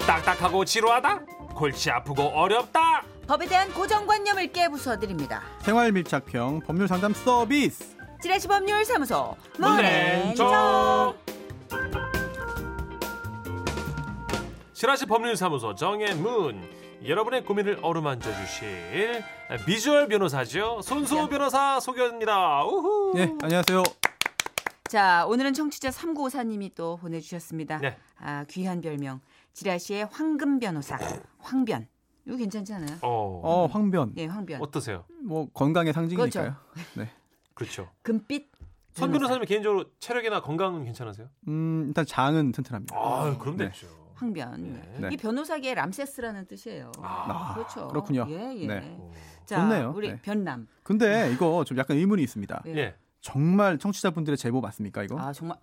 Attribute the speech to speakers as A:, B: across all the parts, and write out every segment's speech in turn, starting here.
A: 딱딱하고 지루하다? 골치 아프고 어렵다?
B: 법에 대한 고정관념을 깨부숴 드립니다.
C: 생활 밀착형 법률 상담 서비스.
B: 지라시 법률 사무소
C: 네.
A: 문앤정
B: 문앤정
A: 지라시 법률사무소 정혜문 여러분의 고민을 어루만져 주실 비주얼 변호사죠 손수호 변호사 소개합니다 우후
C: 네, 안녕하세요.
B: 자, 오늘은 청취자 3954님이 또 보내주셨습니다.
A: 네.
B: 아, 귀한 별명. 지라시의 황금 변호사. 황변. 이거 괜찮지 않아요?
A: 어,
C: 어, 황변.
B: 예, 황변.
A: 어떠세요
C: 뭐 건강의 상징이니까요. 네.
A: 그렇죠
B: 금빛.
A: 손
B: 변호사.
A: 변호사님 개인적으로 체력이나 건강은 괜찮으세요
C: 음, 일단 장은 튼튼합니다.
A: 아 그럼
C: 네.
A: 됐죠
B: 황변. 예.
A: 네.
C: 네.
B: 이 변호사계의 람세스라는 뜻이에요.
A: 아.
B: 그렇죠.
C: 그렇군요.
B: 예, 예.
C: 네.
A: 어.
B: 자,
C: 좋네요.
B: 우리
C: 네.
B: 변남.
C: 근데 이거 좀 약간 의문이 있습니다.
B: 예.
A: 예
C: 정말 청취자분들의 제보 맞습니까, 이거?
B: 아, 정말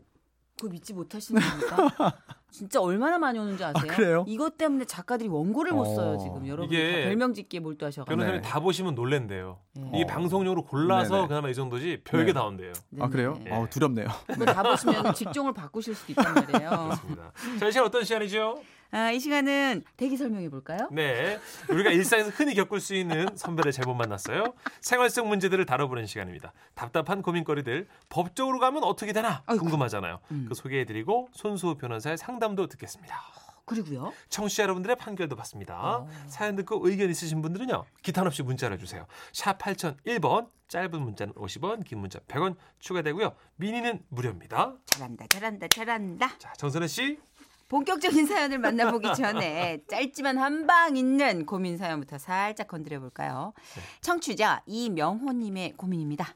B: 그거 믿지 못하시는 겁니까? 진짜 얼마나 많이 오는지 아세요?
C: 그래요?
B: 이것 때문에 작가들이 원고를 못 써요,
C: 어.
B: 지금. 여러분
A: 이게
B: 다 별명 짓기에 몰두하셔가지고.
A: 변호사님
C: 네.
A: 다 보시면 놀랜대요
B: 예.
A: 이게
C: 어.
A: 방송용으로 골라서
C: 네네.
A: 그나마 이 정도지 별게
C: 네.
A: 다 온대요
B: 네네.
C: 아, 그래요?
A: 네.
C: 어, 두렵네요.
B: 그거 다 보시면 직종을 바꾸실 수도 있단 말이에요.
A: 그렇습니다 자 이 시간 어떤 시간이죠
B: 아, 이 시간은 대기 설명해 볼까요?
A: 네. 우리가 일상에서 흔히 겪을 수 있는 선별의 제법 만났어요. 생활 속 문제들을 다뤄보는 시간입니다. 답답한 고민거리들 법적으로 가면 어떻게 되나
B: 아이고.
A: 궁금하잖아요.
B: 음.
A: 그 소개해드리고 손수호 변호사의 상담도 듣겠습니다.
B: 그리고요.
A: 청취자 여러분들의 판결도 받습니다.
B: 오.
A: 사연 듣고 의견 있으신 분들은요. 기탄 없이 문자를 주세요. 샵 8001번 짧은 문자는 50원 긴 문자 100원 추가되고요. 미니는 무료입니다.
B: 잘한다, 잘한다, 잘한다.
A: 자 정선혜 씨.
B: 본격적인 사연을 만나보기 전에 짧지만 한방 있는 고민 사연부터 살짝 건드려 볼까요? 청취자 이명호 님의 고민입니다.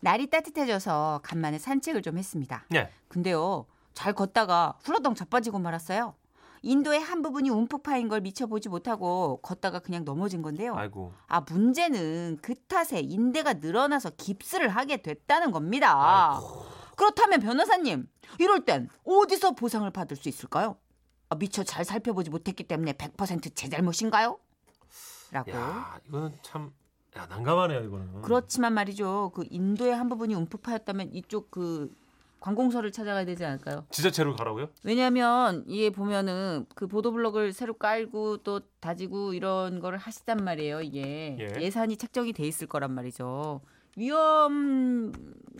B: 날이 따뜻해져서 간만에 산책을 좀 했습니다.
A: 네.
B: 근데요, 잘 걷다가 후러덩 자빠지고 말았어요. 인도의 한 부분이 움푹 파인 걸 미처 보지 못하고 걷다가 그냥 넘어진 건데요.
A: 아이고.
B: 아 문제는 그 탓에 인대가 늘어나서 깁스를 하게 됐다는 겁니다.
A: 아이고.
B: 그렇다면 변호사님 이럴 땐 어디서 보상을 받을 수 있을까요? 아, 미처 잘 살펴보지 못했기 때문에 100%제 잘못인가요? 라고.
A: 야 이거는 참 야, 난감하네요 이거는.
B: 그렇지만 말이죠. 그 인도의 한 부분이 움푹 파였다면 이쪽 그 관공서를 찾아가야 되지 않을까요?
A: 지자체로 가라고요?
B: 왜냐하면 이게 보면은 그 보도블록을 새로 깔고 또 다지고 이런 거를 하시단 말이에요. 이게
A: 예.
B: 예. 산이 책정이 돼 있을 거란 말이죠. 위험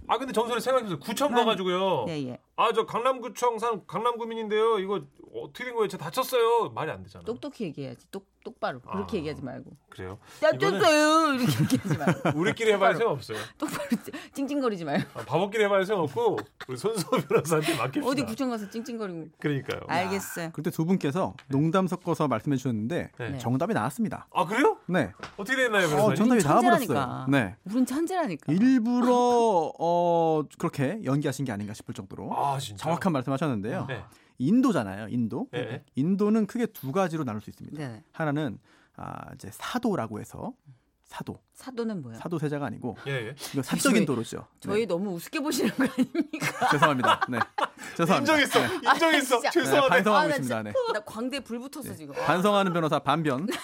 A: 아 근데 정선이 생각해보세요. 구청 가가지고요.
B: 네, 예.
A: 아 저 강남구청 산 강남구민인데요. 이거 어떻게 된 거예요? 저 다쳤어요. 말이 안 되잖아요.
B: 똑똑히 얘기해야지. 똑 똑바로
A: 아.
B: 그렇게 얘기하지 말고.
A: 그래요.
B: 납쳤어요 이렇게 얘기하지 말고.
A: 우리끼리 해봐야
B: 똑바로.
A: 소용 없어요.
B: 똑바로 찡- 찡찡거리지 말고.
A: 아, 바보끼리 해봐야 소용 없고 우리 손수호 변호사한테 맡깁시다. 아.
B: 어디 구청 가서 찡찡거리고.
A: 그러니까요.
B: 알겠어요.
C: 그때 두 분께서
B: 네.
C: 농담 섞어서 말씀해 주셨는데
A: 네.
C: 정답이 나왔습니다.
A: 아 그래요?
C: 네.
A: 어떻게 됐나요,
C: 어,
A: 변호사님?
C: 정답이
B: 천재라니까. 아.
C: 나와버렸어요. 네.
B: 우린 천재라니까.
C: 일부러 어 그렇게 연기하신 게 아닌가 싶을 정도로
A: 아 진짜.
C: 정확한 말씀하셨는데요.
A: 네.
C: 인도잖아요, 인도.
A: 네.
C: 인도는 크게 두 가지로 나눌 수 있습니다.
B: 네.
C: 하나는 아 이제 사도라고 해서 사도,
B: 사도는
A: 네.
B: 뭐야?
C: 사도 세자가 아니고
A: 예. 예.
C: 이거 사적인
B: 저희-
C: 도로죠. 네.
B: 저희 너무 우습게 보시는 거 아닙니까?
C: 죄송합니다. 네, 죄송합니다.
A: 인정했어.
C: 네.
A: 인정했어.
B: 진짜.
C: 네,
A: 죄송하네.
C: 반성하고
B: 아, 나
C: 있습니다. 네.
B: 나 광대 불 붙었어 지금. 아.
C: 반성하는 변호사 반변. 네.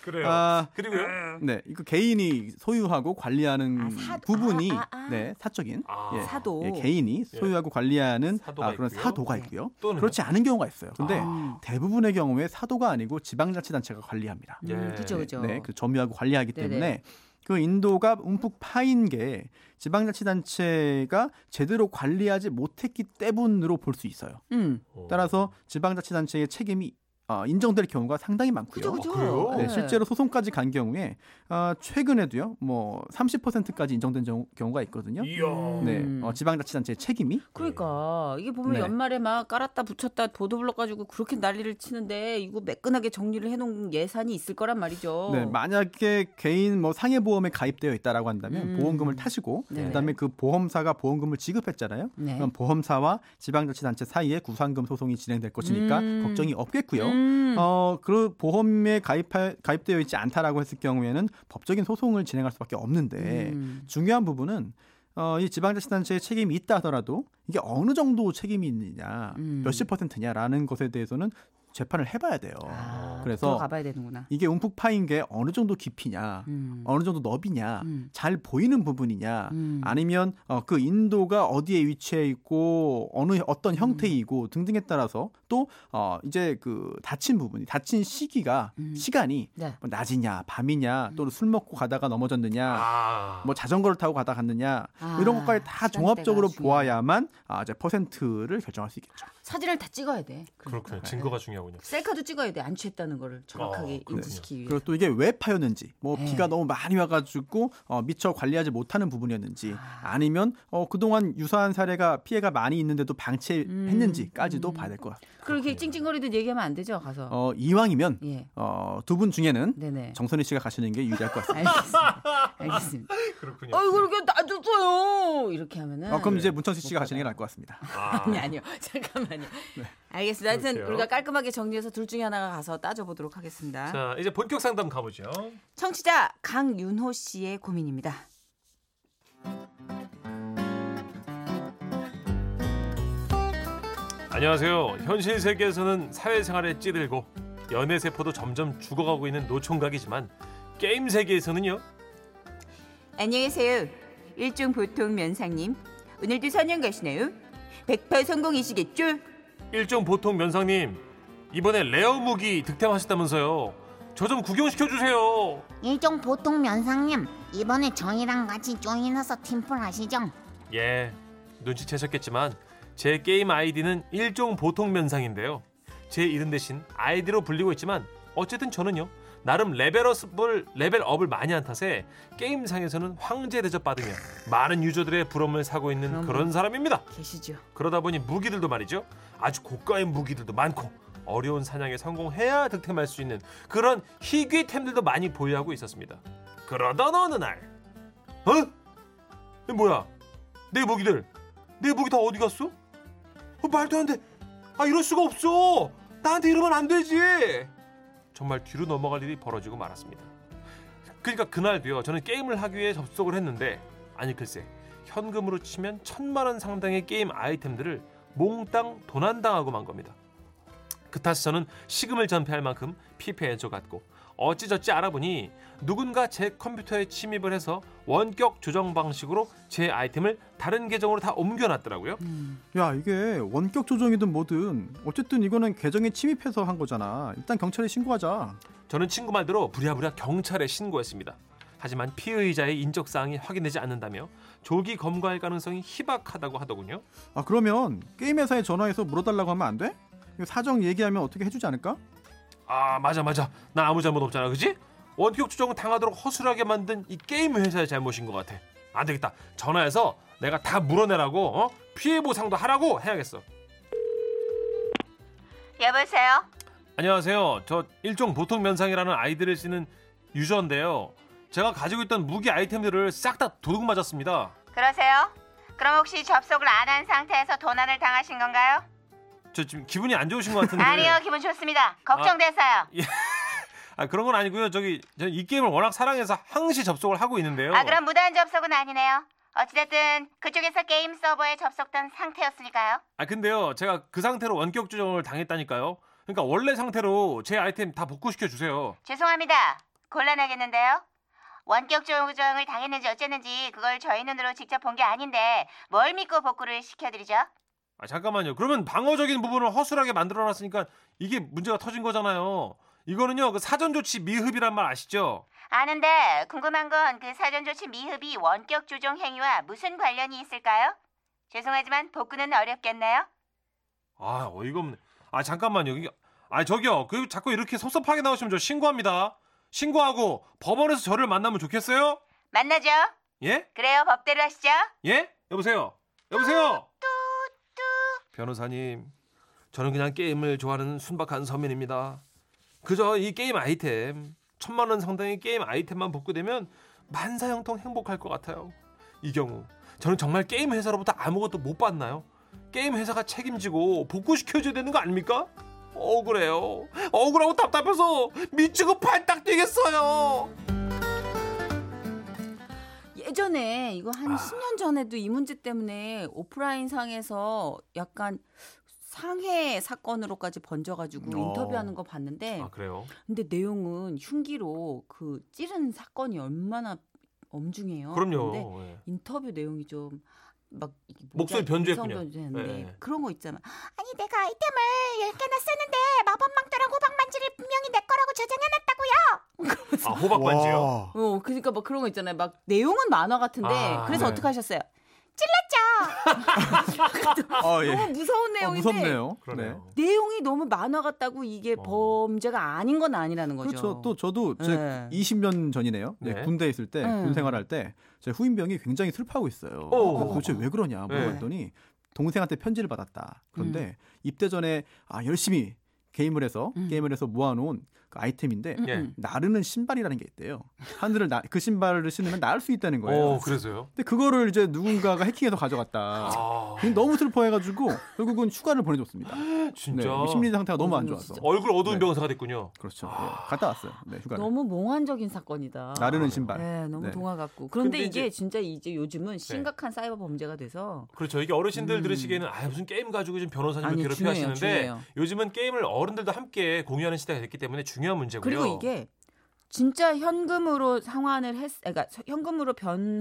A: 그래요.
C: 아,
A: 그리고요.
C: 네, 이거 개인이 소유하고 관리하는
B: 아, 사-
C: 부분이
B: 아, 아, 아.
C: 네 사적인
A: 아.
C: 예,
B: 사도.
C: 예, 개인이 소유하고 관리하는
A: 사도가
C: 아, 그런
A: 있고요.
C: 사도가
B: 네.
C: 있고요.
A: 또는요?
C: 그렇지 않은 경우가 있어요. 근데
B: 음.
A: 아.
C: 대부분의 경우에 사도가 아니고 지방자치단체가 관리합니다.
A: 예.
B: 음, 그죠 그죠.
C: 네, 그 점유하고 관리하기
B: 네네.
C: 때문에 그 인도가 움푹 파인 게 지방자치단체가 제대로 관리하지 못했기 때문으로 볼 수 있어요.
B: 음.
A: 어.
C: 따라서 지방자치단체의 책임이 어, 인정될 경우가 상당히
B: 그죠
C: 많고요.
A: 그쵸.
B: 그죠. 예.
A: 아, 그래요?
C: 네, 실제로 소송까지 간 경우에 아, 최근에도요, 뭐 30%까지 인정된 경우- 경우가 있거든요.
A: 이야.
C: 네,
B: 음.
C: 어, 지방자치단체의 책임이
B: 그러니까 이게 보면
C: 네.
B: 연말에 막 깔았다 붙였다 보도블럭 가지고 그렇게 난리를 치는데 이거 매끈하게 정리를 해놓은 예산이 있을 거란 말이죠.
C: 네, 만약에 개인 뭐 상해 보험에 가입되어 있다라고 한다면
B: 음.
C: 보험금을 타시고
B: 네.
C: 그다음에 그 보험사가 보험금을 지급했잖아요.
B: 네.
C: 그럼 보험사와 지방자치단체 사이에 구상금 소송이 진행될 것이니까
B: 음.
C: 걱정이 없겠고요.
B: 음.
C: 어, 그 보험에 가입할, 가입되어 있지 않다라고 했을 경우에는 법적인 소송을 진행할 수밖에 없는데
B: 음.
C: 중요한 부분은 어, 이 지방자치단체의 책임이 있다 하더라도 이게 어느 정도 책임이 있느냐,
B: 음.
C: 몇십 퍼센트냐라는 것에 대해서는 재판을 해봐야 돼요.
B: 아,
C: 어, 그래서
B: 가봐야 되는구나.
C: 이게 움푹 파인 게 어느 정도 깊이냐,
B: 음.
C: 어느 정도 너비냐,
B: 음.
C: 잘 보이는 부분이냐,
B: 음.
C: 아니면 어, 그 인도가 어디에 위치해 있고 어느
B: 음.
C: 어떤 형태이고 등등에 따라서 또 어, 이제 그 다친 부분이 다친 시기가
B: 음.
C: 시간이
B: 네.
C: 뭐 낮이냐 밤이냐 또는 술 먹고 가다가 넘어졌느냐
A: 아.
C: 뭐 자전거를 타고 가다 갔느냐
B: 아,
C: 이런 것까지 다
B: 시간대가
C: 종합적으로
B: 중요하다.
C: 보아야만 아, 이제 퍼센트를 결정할 수 있겠죠.
B: 사진을 다 찍어야 돼.
A: 그렇군요. 증거가 중요하군요.
B: 셀카도 찍어야 돼. 안 취했다는 거를
A: 어,
B: 정확하게
A: 그렇군요.
B: 인지시키기 위해.
C: 그리고 또 이게 왜 파였는지, 뭐
B: 네.
C: 비가 너무 많이 와가지고 어, 미처 관리하지 못하는 부분이었는지, 아니면 어, 그동안 유사한 사례가 피해가 많이 있는데도 방치했는지까지도
B: 음.
C: 봐야 될 것 같아요.
B: 그렇게 찡찡거리듯 얘기하면 안 되죠. 가서.
C: 어, 이왕이면
B: 예.
C: 어, 두 분 중에는
B: 네네.
C: 정선희 씨가 가시는 게 유리할 것 같습니다.
B: 알겠습니다. 알겠습니다.
A: 그렇군요.
B: 아이고 이렇게 놔줬어요. 이렇게 하면은.
C: 어, 그럼 이제 문천식 씨가 가시는 게 나을 것 같습니다.
A: 아.
B: 아니 아니요. 잠깐만요. 알겠습니다. 하여튼
A: 네. 그럴게요.
B: 우리가 깔끔하게 정리해서 둘 중에 하나가 가서 따져보도록 하겠습니다.
A: 자, 이제 본격 상담 가보죠.
B: 청취자 강윤호 씨의 고민입니다.
A: 안녕하세요. 현실 세계에서는 사회생활에 찌들고 연애 세포도 점점 죽어가고 있는 노총각이지만 게임 세계에서는요.
B: 안녕하세요. 일종 보통 면상님. 오늘도 선영 가시나요? 100% 성공이시겠죠?
A: 일종 보통 면상님 이번에 레어 무기 득템하셨다면서요. 저 좀 구경시켜 주세요.
D: 일종 보통 면상님 이번에 저희랑 같이 조인해서 팀플 하시죠?
A: 예, 눈치채셨겠지만 제 게임 아이디는 일종 보통 면상인데요. 제 이름 대신 아이디로 불리고 있지만 어쨌든 저는요. 나름 레벨업을 레벨업을 많이 한 탓에 게임상에서는 황제 대접 받으며 많은 유저들의 부러움을 사고 있는
B: 그럼
A: 그런 사람입니다.
B: 계시죠.
A: 그러다 보니 무기들도 말이죠. 아주 고가의 무기들도 많고 어려운 사냥에 성공해야 득템할 수 있는 그런 희귀템들도 많이 보유하고 있었습니다. 그러던 어느 날, 어? 이게 뭐야? 내 무기들, 내 무기 다 어디 갔어? 어, 말도 안 돼. 아 이럴 수가 없어. 나한테 이러면 안 되지. 정말 뒤로 넘어갈 일이 벌어지고 말았습니다. 그러니까 그날도요. 저는 게임을 하기 위해 접속을 했는데 아니 글쎄 현금으로 치면 천만 원 상당의 게임 아이템들을 몽땅 도난당하고 만 겁니다. 그 탓에 저는 식음을 전폐할 만큼 피폐해져 갔고 어찌저찌 알아보니 누군가 제 컴퓨터에 침입을 해서 원격 조정 방식으로 제 아이템을 다른 계정으로 다 옮겨놨더라고요.
C: 야 이게 원격 조정이든 뭐든 어쨌든 이거는 계정에 침입해서 한 거잖아. 일단 경찰에 신고하자.
A: 저는 친구 말대로 부랴부랴 경찰에 신고했습니다. 하지만 피의자의 인적 사항이 확인되지 않는다며 조기 검거할 가능성이 희박하다고 하더군요.
C: 아 그러면 게임 회사에 전화해서 물어달라고 하면 안 돼? 이거 사정 얘기하면 어떻게 해주지 않을까?
A: 아 맞아 맞아 나 아무 잘못 없잖아 그지? 원격 조정을 당하도록 허술하게 만든 이 게임 회사의 잘못인 것 같아 안 되겠다 전화해서 내가 다 물어내라고 어? 피해 보상도 하라고 해야겠어
D: 여보세요?
A: 안녕하세요 저 일종 보통 면상이라는 아이디를 쓰는 유저인데요 제가 가지고 있던 무기 아이템들을 싹 다 도둑 맞았습니다
D: 그러세요? 그럼 혹시 접속을 안 한 상태에서 도난을 당하신 건가요?
A: 저 지금 기분이 안 좋으신 것 같은데
D: 아니요 기분 좋습니다 걱정돼서요
A: 아, 그런 건 아니고요 저기 저는 이 게임을 워낙 사랑해서 항시 접속을 하고 있는데요
D: 아 그럼 무단 접속은 아니네요 어찌됐든 그쪽에서 게임 서버에 접속된 상태였으니까요
A: 아 근데요 제가 그 상태로 원격 조정을 당했다니까요 그러니까 원래 상태로 제 아이템 다 복구시켜 주세요
D: 죄송합니다 곤란하겠는데요 원격 조정을 당했는지 어쨌는지 그걸 저희 눈으로 직접 본 게 아닌데 뭘 믿고 복구를 시켜드리죠?
A: 아 잠깐만요. 그러면 방어적인 부분을 허술하게 만들어놨으니까 이게 문제가 터진 거잖아요. 이거는요 그 사전 조치 미흡이란 말 아시죠?
D: 아는데 궁금한 건 그 사전 조치 미흡이 원격 조정 행위와 무슨 관련이 있을까요? 죄송하지만 복구는 어렵겠네요.
A: 아 어이가 없네. 아 잠깐만요. 이게 아 저기요. 그 자꾸 이렇게 섭섭하게 나오시면 저 신고합니다. 신고하고 법원에서 저를 만나면 좋겠어요?
D: 만나죠.
A: 예?
D: 그래요. 법대로 하시죠.
A: 예? 여보세요. 여보세요. 변호사님, 저는 그냥 게임을 좋아하는 순박한 서민입니다. 그저 이 게임 아이템 천만 원 상당의 게임 아이템만 복구되면 만사형통 행복할 것 같아요. 이 경우 저는 정말 게임 회사로부터 아무것도 못 받나요? 게임 회사가 책임지고 복구시켜줘야 되는 거 아닙니까? 억울해요. 억울하고 답답해서 미치고 발딱 뛰겠어요.
B: 예전에 이거 한
A: 아.
B: 10년 전에도 이 문제 때문에 오프라인 상에서 약간 상해 사건으로까지 번져가지고
C: 어.
B: 인터뷰하는 거 봤는데
A: 아 그래요?
B: 근데 내용은 흉기로 그 찌른 사건이 얼마나 엄중해요. 어, 근데
A: 그럼요. 예.
B: 인터뷰 내용이 좀 막
A: 목소리 변조했군요.
B: 변조했는데
A: 예, 예.
B: 그런 거 있잖아.
D: 아니 내가 아이템을 10개나 썼는데 마법망토랑 호박만지를 분명히 내 거라고 저장해놨다고요.
A: 아 호박 반지요.
C: 와.
B: 어, 그러니까 막 그런 거 있잖아요. 막 내용은 만화 같은데
A: 아,
B: 그래서
A: 네.
B: 어떻게 하셨어요?
C: 아, 예.
B: 너무 어, 무서운
A: 어,
C: 아,
B: 내용인데
C: 무섭네요. 네.
A: 그러네요.
B: 내용이 너무 만화 같다고 이게
A: 어.
B: 범죄가 아닌 건 아니라는 거죠.
C: 그렇죠. 또 저도 제
B: 네.
C: 20년 전이네요. 네,
A: 네.
C: 군대에 있을 때,
B: 음.
C: 군 생활할 때, 제 후임병이 굉장히 슬퍼하고 있어요.
A: 오. 네.
C: 도대체 왜 그러냐 물어봤더니 동생한테 편지를 받았다. 그런데 입대 전에 아 열심히 게임을 해서
B: 음.
C: 게임을 해서 모아놓은 그 아이템인데
B: 음,
A: 예.
B: 음.
C: 나르는 신발이라는 게 있대요. 하늘을 나, 그 신발을 신으면 나을 수 있다는 거예요.
A: 오 그래서요?
C: 근데 그거를 이제 누군가가 해킹해서 가져갔다.
A: 아
C: 근데 너무 슬퍼해가지고 결국은 휴가를 보내줬습니다.
A: 진짜
C: 네, 심리 상태가 너무 안
B: 어머, 음,
C: 좋아서.
B: 진짜.
A: 얼굴 어두운
C: 네.
A: 병사가 됐군요.
C: 그렇죠. 예, 갔다 왔어요. 네, 휴가를.
B: 너무 몽환적인 사건이다.
C: 나르는
A: 아,
C: 신발.
B: 네, 너무
C: 네.
B: 동화 같고. 그런데
A: 근데
B: 이게
A: 이제-
B: 진짜 이제 요즘은 심각한 사이버 범죄가 돼서
A: 그렇죠. 이게 어르신들
B: 음.
A: 들으시기에는 아 무슨 게임 가지고 지금 변호사님을
B: 아니,
A: 괴롭혀
B: 중요해요,
A: 하시는데
B: 중요해요.
A: 요즘은 게임을 어른들도 함께 공유하는 시대가 됐기 때문에 중요한 문제고요.
B: 그리고 이게 진짜 현금으로 상환을 했, 그러니까 현금으로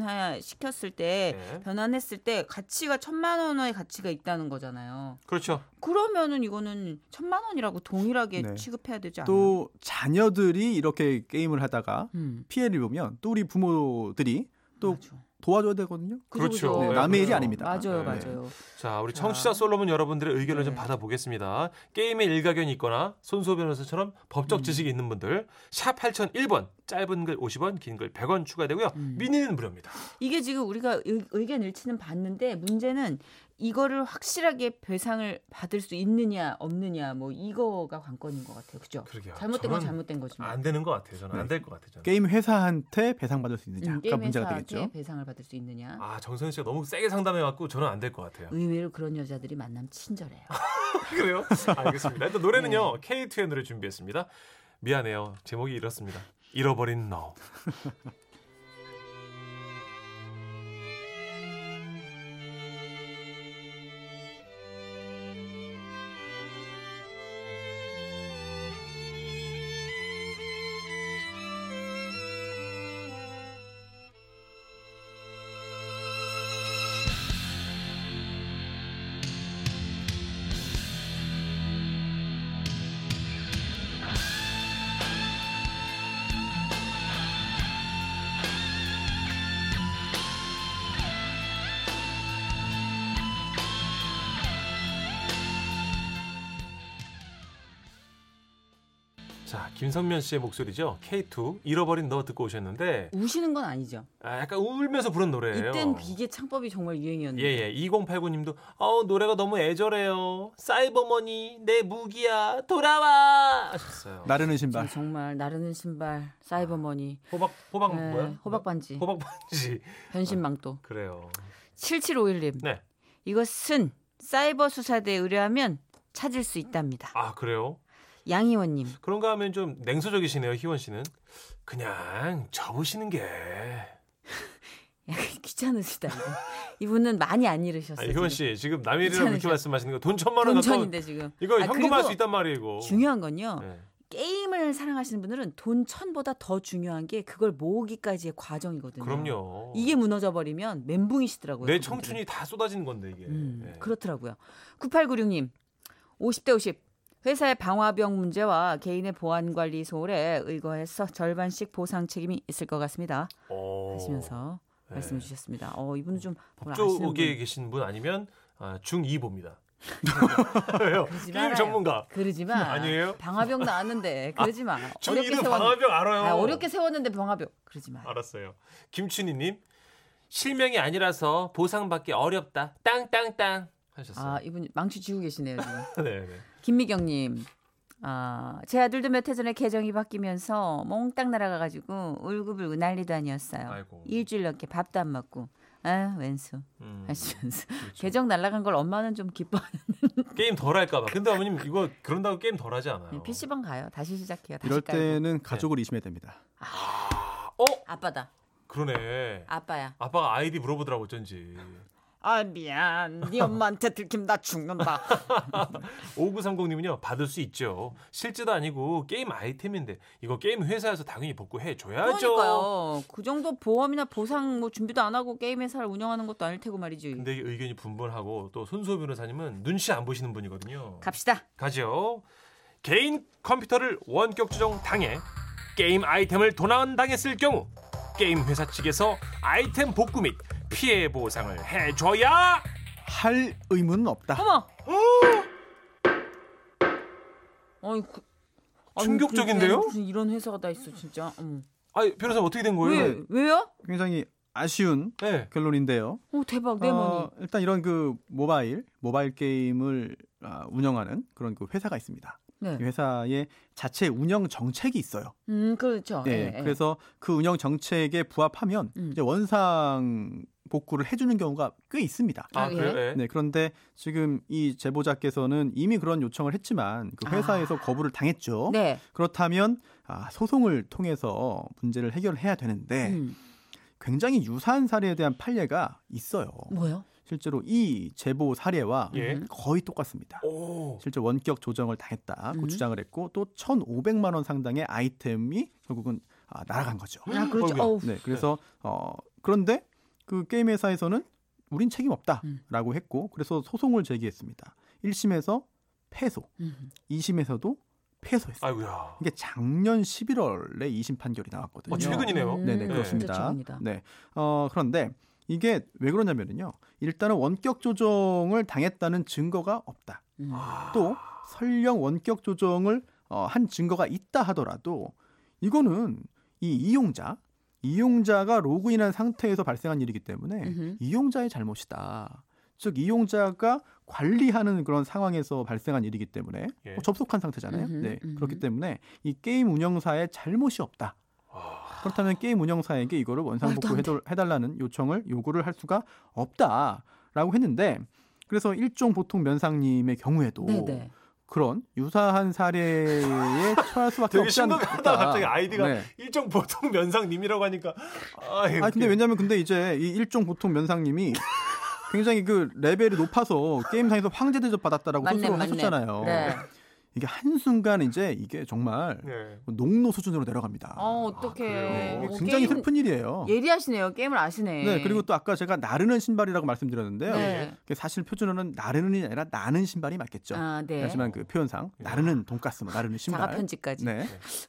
B: 변화시켰을 때
A: 네.
B: 변환했을 때 가치가 천만 원의 가치가 있다는 거잖아요.
A: 그렇죠.
B: 그러면은 이거는 천만 원이라고 동일하게
C: 네.
B: 취급해야 되지 않나요?
C: 또 자녀들이 이렇게 게임을 하다가
B: 음,
C: 피해를 보면 또 우리 부모들이 또
B: 맞아.
C: 도와줘야 되거든요.
B: 그죠, 그죠.
A: 그렇죠.
C: 네, 남의 일이
A: 그렇죠.
C: 아닙니다.
B: 맞아요,
A: 네.
B: 맞아요.
A: 자, 우리
B: 자.
A: 청취자 솔로몬 여러분들의 의견을 좀
B: 네.
A: 받아보겠습니다. 게임에 일가견이 있거나 손수호 변호사처럼 법적 지식이 있는 분들 샵 8001번 짧은 글 50원, 긴 글 100원 추가되고요.
B: 음.
A: 미니는 무료입니다.
B: 이게 지금 우리가 의, 의견 일치는 봤는데 문제는 이거를 확실하게 배상을 받을 수 있느냐 없느냐 뭐 이거가 관건인 것 같아요. 그죠?
A: 그러게요.
B: 잘못된 건
A: 저는
B: 잘못된 거지만
A: 안 되는 것 같아요. 저는
C: 네.
A: 안 될 것 같아요. 저는.
C: 게임 회사한테 배상받을 수
B: 음,
C: 있느냐가
B: 게임
C: 문제가
B: 회사한테
C: 되겠죠.
B: 배상을 받을 수 있느냐.
A: 아, 네. 정선 씨가 너무 세게 상담해갖고 저는 안 될 것 같아요.
B: 의외로 그런 여자들이 만남 친절해요.
A: 아, 그래요? 알겠습니다. 일단 노래는요. K2의 노래 준비했습니다. 미안해요. 제목이 이렇습니다. 잃어버린 너. 자, 김선면 씨의 목소리죠. K2 잃어버린 너 듣고 오셨는데
B: 우시는 건 아니죠.
A: 아, 약간 울면서 부른 노래예요.
B: 이땐 이게 창법이 정말 유행이었는데.
A: 예예 2089님도 어 노래가 너무 애절해요 사이버머니 내 무기야 돌아와 하셨어요
C: 나르는
A: 아.
B: 지금
C: 신발.
B: 정말 나르는 신발, 사이버머니,
A: 호박 호박
B: 예,
A: 아, 뭐야
B: 호박 반지,
A: 호박 반지
B: 변신망토.
A: 그래요
B: 7751님.
A: 네.
B: 이것은 사이버 수사대에 의뢰하면 찾을 수 있답니다.
A: 아 그래요
B: 양희원 님.
A: 그런가 하면 좀 냉소적이시네요 희원 씨는 그냥 접으시는 게
B: 약간 귀찮으시다. 이거. 이분은 많이 안
A: 아,
B: 잃으셨어요.
A: 희원
B: 지금.
A: 씨 지금 남일이라고 그렇게
B: 괜찮으세요?
A: 말씀하시는 거 돈 천만 원 갖고
B: 돈천인데 지금.
A: 이거
B: 아,
A: 현금할
B: 그리고
A: 수 있단 말이에요 이거
B: 중요한 건요.
A: 네.
B: 게임을 사랑하시는 분들은 돈 천보다 더 중요한 게 그걸 모으기까지의 과정이거든요.
A: 그럼요
B: 이게 무너져 버리면 멘붕이시더라고요.
A: 내
B: 그분들은.
A: 청춘이 다 쏟아지는 건데 이게
B: 음,
A: 네.
B: 그렇더라고요. 9896님, 50대 50. 회사의 방화병 문제와 개인의 보안관리 소홀에 의거해서 절반씩 보상 책임이 있을 것 같습니다.
A: 어.
B: 하시면서
A: 네.
B: 말씀해 주셨습니다. 어, 이분은 좀 뭘 아시는
A: 쪽에
B: 분.
A: 계신 분 아니면 아, 중2봅니다. 왜요?
B: 그러지
A: 게임
B: 말아요.
A: 음, 전문가.
B: 그러지 마.
A: 아니에요?
B: 방화병 나왔는데 그러지 마. 어렵게
A: 중2도
B: 세웠-
A: 방화벽 알아요.
B: 아, 어렵게 세웠는데 방화병. 그러지 마.
A: 알았어요. 김춘희님 실명이 아니라서 보상받기 어렵다. 땅땅땅 하셨어요.
B: 아, 이분 망치 쥐고 계시네요, 지금.
A: 네, 네.
B: 김미경님. 아, 제 아들도 몇 해 전에 계정이 바뀌면서 몽땅 날아가가지고 울고불고 난리도 아니었어요.
A: 아이고.
B: 일주일 넘게 밥도 안 먹고. 아, 왼수
A: 음,
B: 하시면서
A: 그렇죠.
B: 계정 날아간 걸 엄마는 좀 기뻐하는
A: 게임 덜 할까봐. 근데 어머님 이거 그런다고 게임 덜 하지 않아요.
B: 네, PC방 가요. 다시 시작해요. 다시
C: 이럴
B: 깔고. 네.
C: 때는 가족을 의심해야 됩니다.
A: 어
B: 아빠다.
A: 그러네.
B: 아빠야.
A: 아빠가 아이디 물어보더라고 어쩐지.
E: 아 미안 네 엄마한테 들키면 나 죽는다
A: 5930님은요 받을 수 있죠. 실제도 아니고 게임 아이템인데 이거 게임 회사에서 당연히 복구해 줘야죠.
B: 그러니까요. 그 정도 보험이나 보상 뭐 준비도 안 하고 게임 회사를 운영하는 것도 아닐 테고 말이지.
A: 근데 이게 의견이 분분하고 또 손수호 변호사님은 눈치 안 보시는 분이거든요.
B: 갑시다.
A: 가죠. 개인 컴퓨터를 원격 조정 당해 게임 아이템을 도난 당했을 경우 게임 회사 측에서 아이템 복구 및 피해 보상을 해줘야
C: 할 의무는 없다.
B: 어머. 아니, 그, 아니,
A: 충격적인데요?
B: 그- 무슨 이런 회사가 다 있어 진짜. 어머.
A: 아 변호사 님 어떻게 된
B: 왜
A: 거예요?
B: 왜요?
C: 굉장히 아쉬운
A: 네.
C: 결론인데요.
B: 오 대박 내 머니.
C: 어, 일단 이런 그 모바일 모바일 게임을 아, 운영하는 그런 그 회사가 있습니다.
B: 네.
C: 이 회사의 자체 운영 정책이 있어요.
B: 음 그렇죠.
C: 예,
B: 예, 예.
C: 그래서 그 운영 정책에 부합하면
B: 음.
C: 이제 원상 복구를 해주는 경우가 꽤 있습니다.
A: 아
B: 아, 예.
A: 그래요? 예.
C: 네, 그런데 지금 이 제보자께서는 이미 그런 요청을 했지만 그 회사에서 거부를 당했죠.
B: 아. 네.
C: 그렇다면 아, 소송을 통해서 문제를 해결해야 되는데
B: 음.
C: 굉장히 유사한 사례에 대한 판례가 있어요.
B: 뭐요?
C: 실제로 이 제보 사례와
A: 예.
C: 거의 똑같습니다.
A: 오.
C: 실제 원격 조정을 당했다고 그
B: 음.
C: 주장을 했고 또 1,500만 원 상당의 아이템이 결국은 아, 날아간 거죠.
B: 아 그렇죠.
A: 어이구야.
B: 어우.
C: 네, 그래서 어, 그런데 그 게임 회사에서는 우린 책임
B: 음.
C: 없다라고 했고 그래서 소송을 제기했습니다. 1심에서 패소,
B: 음.
C: 2심에서도 패소했어요.
A: 아이고야.
C: 이게 작년 11월에 2심 판결이 나왔거든요.
A: 어, 최근이네요.
B: 음,
C: 아,
A: 네.
C: 네네 그렇습니다.
B: 진짜 최근이다.
C: 네. 어 그런데 이게 왜 그러냐면요. 일단은 원격 조정을 당했다는 증거가 없다.
B: 음.
A: 아,
C: 또 설령 원격 조정을 어, 한 증거가 있다 하더라도 이거는 이 이용자 이용자가 로그인한 상태에서 발생한 일이기 때문에
B: 음흠.
C: 이용자의 잘못이다. 즉 이용자가 관리하는 그런 상황에서 발생한 일이기 때문에
A: 예.
C: 어, 접속한 상태잖아요.
B: 음흠,
C: 네.
B: 음흠.
C: 그렇기 때문에 이 게임 운영사의 잘못이 없다.
A: 아.
C: 그렇다면 게임 운영사에게 이거를 원상
B: 말도 안 돼.
C: 복구 해달라는 요청을 요구를 할 수가 없다라고 했는데 그래서 일종 보통 면상님의 경우에도
B: 네네.
C: 그런 유사한 사례에 처할 수밖에
A: 되게
C: 없지 않을까.
A: 심각하다 갑자기 아이디가
C: 네.
A: 일정 보통 면상님이라고 하니까 아,
C: 아 근데 왜냐면 근데 이제 이 일종 보통 면상님이 굉장히 그 레벨이 높아서 게임상에서 황제 대접 받았다라고
B: 맞네,
C: 스스로
B: 맞네.
C: 하셨잖아요.
B: 네.
C: 이게 한 순간 이제 이게 정말
A: 네.
C: 농노 수준으로 내려갑니다. 네,
B: 어 어떡해.
A: 그래요?
B: 어,
A: 이게
C: 굉장히
B: 게임
C: 슬픈 일이에요.
B: 예리하시네요. 게임을 아시네.
C: 네, 그리고 또 아까 제가 나르는 신발이라고 말씀드렸는데요.
B: 네.
C: 그게 사실 표준어는 나르는이 아니라 나는 신발이 맞겠죠.
B: 아, 네.
C: 하지만 그 표현상
A: 예.
C: 나르는 돈가스, 뭐 나르는 신발.
B: 자가 편집까지.
C: 네,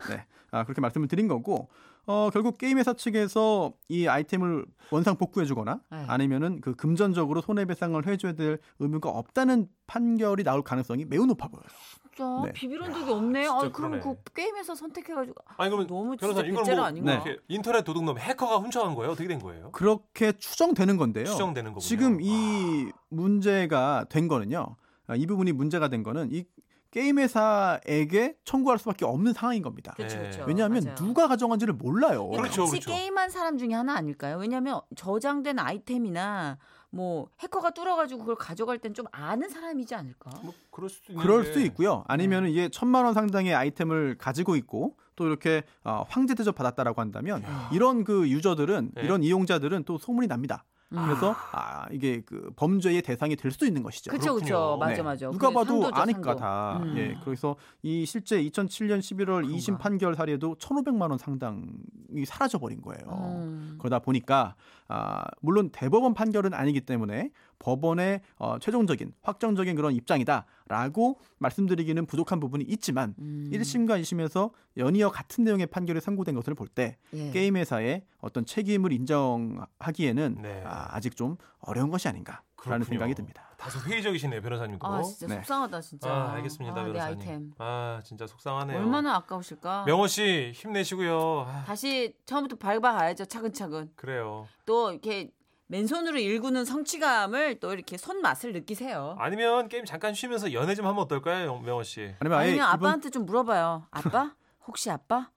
C: 네. 아 그렇게 말씀을 드린 거고 어 결국 게임 회사 측에서 이 아이템을 원상 복구해주거나
B: 네.
C: 아니면은 그 금전적으로 손해배상을 해줘야 될 의무가 없다는 판결이 나올 가능성이 매우 높아 보여요.
B: 진짜
C: 네.
B: 비밀한 적이 없네.
A: 진짜
B: 아, 그럼
A: 그러네.
B: 그 게임에서 선택해가지고
A: 아니 그러면
B: 너무
A: 변호사
B: 진짜
A: 이건
B: 배째라
A: 뭐
B: 아닌가?
C: 네.
A: 이렇게 인터넷 도둑놈 해커가 훔쳐간 거예요? 어떻게 된 거예요?
C: 그렇게 추정되는 건데요.
A: 추정되는 거군요.
C: 지금 이 문제가 된 거는요. 아, 이 부분이 문제가 된 거는 이 게임 회사에게 청구할 수밖에 없는 상황인 겁니다.
B: 그렇죠, 그렇죠.
C: 왜냐하면
B: 맞아요.
C: 누가 가져간지를 몰라요.
B: 그러니까
A: 그렇죠,
B: 같이
A: 그렇죠.
B: 게임한 사람 중에 하나 아닐까요? 왜냐하면 저장된 아이템이나 뭐 해커가 뚫어가지고 그걸 가져갈 땐 좀 아는 사람이지 않을까?
A: 뭐 그럴 수도 있는데.
B: 네,
C: 그럴 수 있고요. 아니면 은 이게 천만 원 상당의 아이템을 가지고 있고 또 이렇게 어, 황제 대접 받았다라고 한다면 이런 그 유저들은
A: 네.
C: 이런 이용자들은 또 소문이 납니다.
B: 음.
C: 그래서 아 이게 그 범죄의 대상이 될 수도 있는 것이죠.
B: 그렇죠, 그렇죠.
A: 그렇군요.
B: 맞아,
C: 네.
B: 맞아.
C: 누가
B: 그게
C: 봐도
B: 상도죠,
C: 아니까
B: 상도.
C: 다.
B: 음.
C: 예. 그래서 이 실제 2007년 11월 2심 판결 사례도 1,500만 원 상당이 사라져 버린 거예요.
B: 음.
C: 그러다 보니까 아, 물론 대법원 판결은 아니기 때문에 법원의 어, 최종적인 확정적인 그런 입장이다라고 말씀드리기는 부족한 부분이 있지만
B: 음.
C: 1심과 2심에서 연이어 같은 내용의 판결이 선고된 것을 볼 때
B: 예.
C: 게임 회사의 어떤 책임을 인정하기에는
A: 네.
C: 아, 아직 좀 어려운 것이 아닌가라는
A: 그렇군요.
C: 생각이 듭니다.
A: 다소 회의적이시네요, 변호사님. 그거.
B: 아 진짜
C: 네.
B: 속상하다 진짜.
A: 아, 알겠습니다,
B: 아, 내
A: 변호사님.
B: 아이템.
A: 아, 진짜 속상하네요.
B: 얼마나 아까우실까.
A: 명호 씨 힘내시고요. 아,
B: 다시 처음부터 밟아가야죠 차근차근.
A: 그래요.
B: 또 이렇게 맨손으로 일구는 성취감을 또 이렇게 손 맛을 느끼세요.
A: 아니면 게임 잠깐 쉬면서 연애 좀 하면 어떨까요, 영- 명호 씨?
C: 아니면 아예
B: 아니면
C: 이번-
B: 아빠한테 좀 물어봐요. 아빠 혹시 아빠?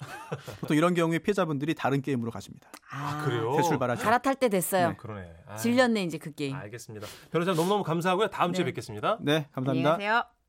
C: 보통 이런 경우에 피해자분들이 다른 게임으로 가십니다.
B: 아,
A: 그래요.
C: 새 출발하죠.
B: 갈아탈 때 됐어요.
A: 네, 그러네. 아,
B: 질렸네 이제 그 게임.
A: 알겠습니다. 변호사님 너무너무 감사하고요. 다음 주에
B: 네.
A: 뵙겠습니다.
C: 네, 감사합니다.
B: 안녕히 가세요.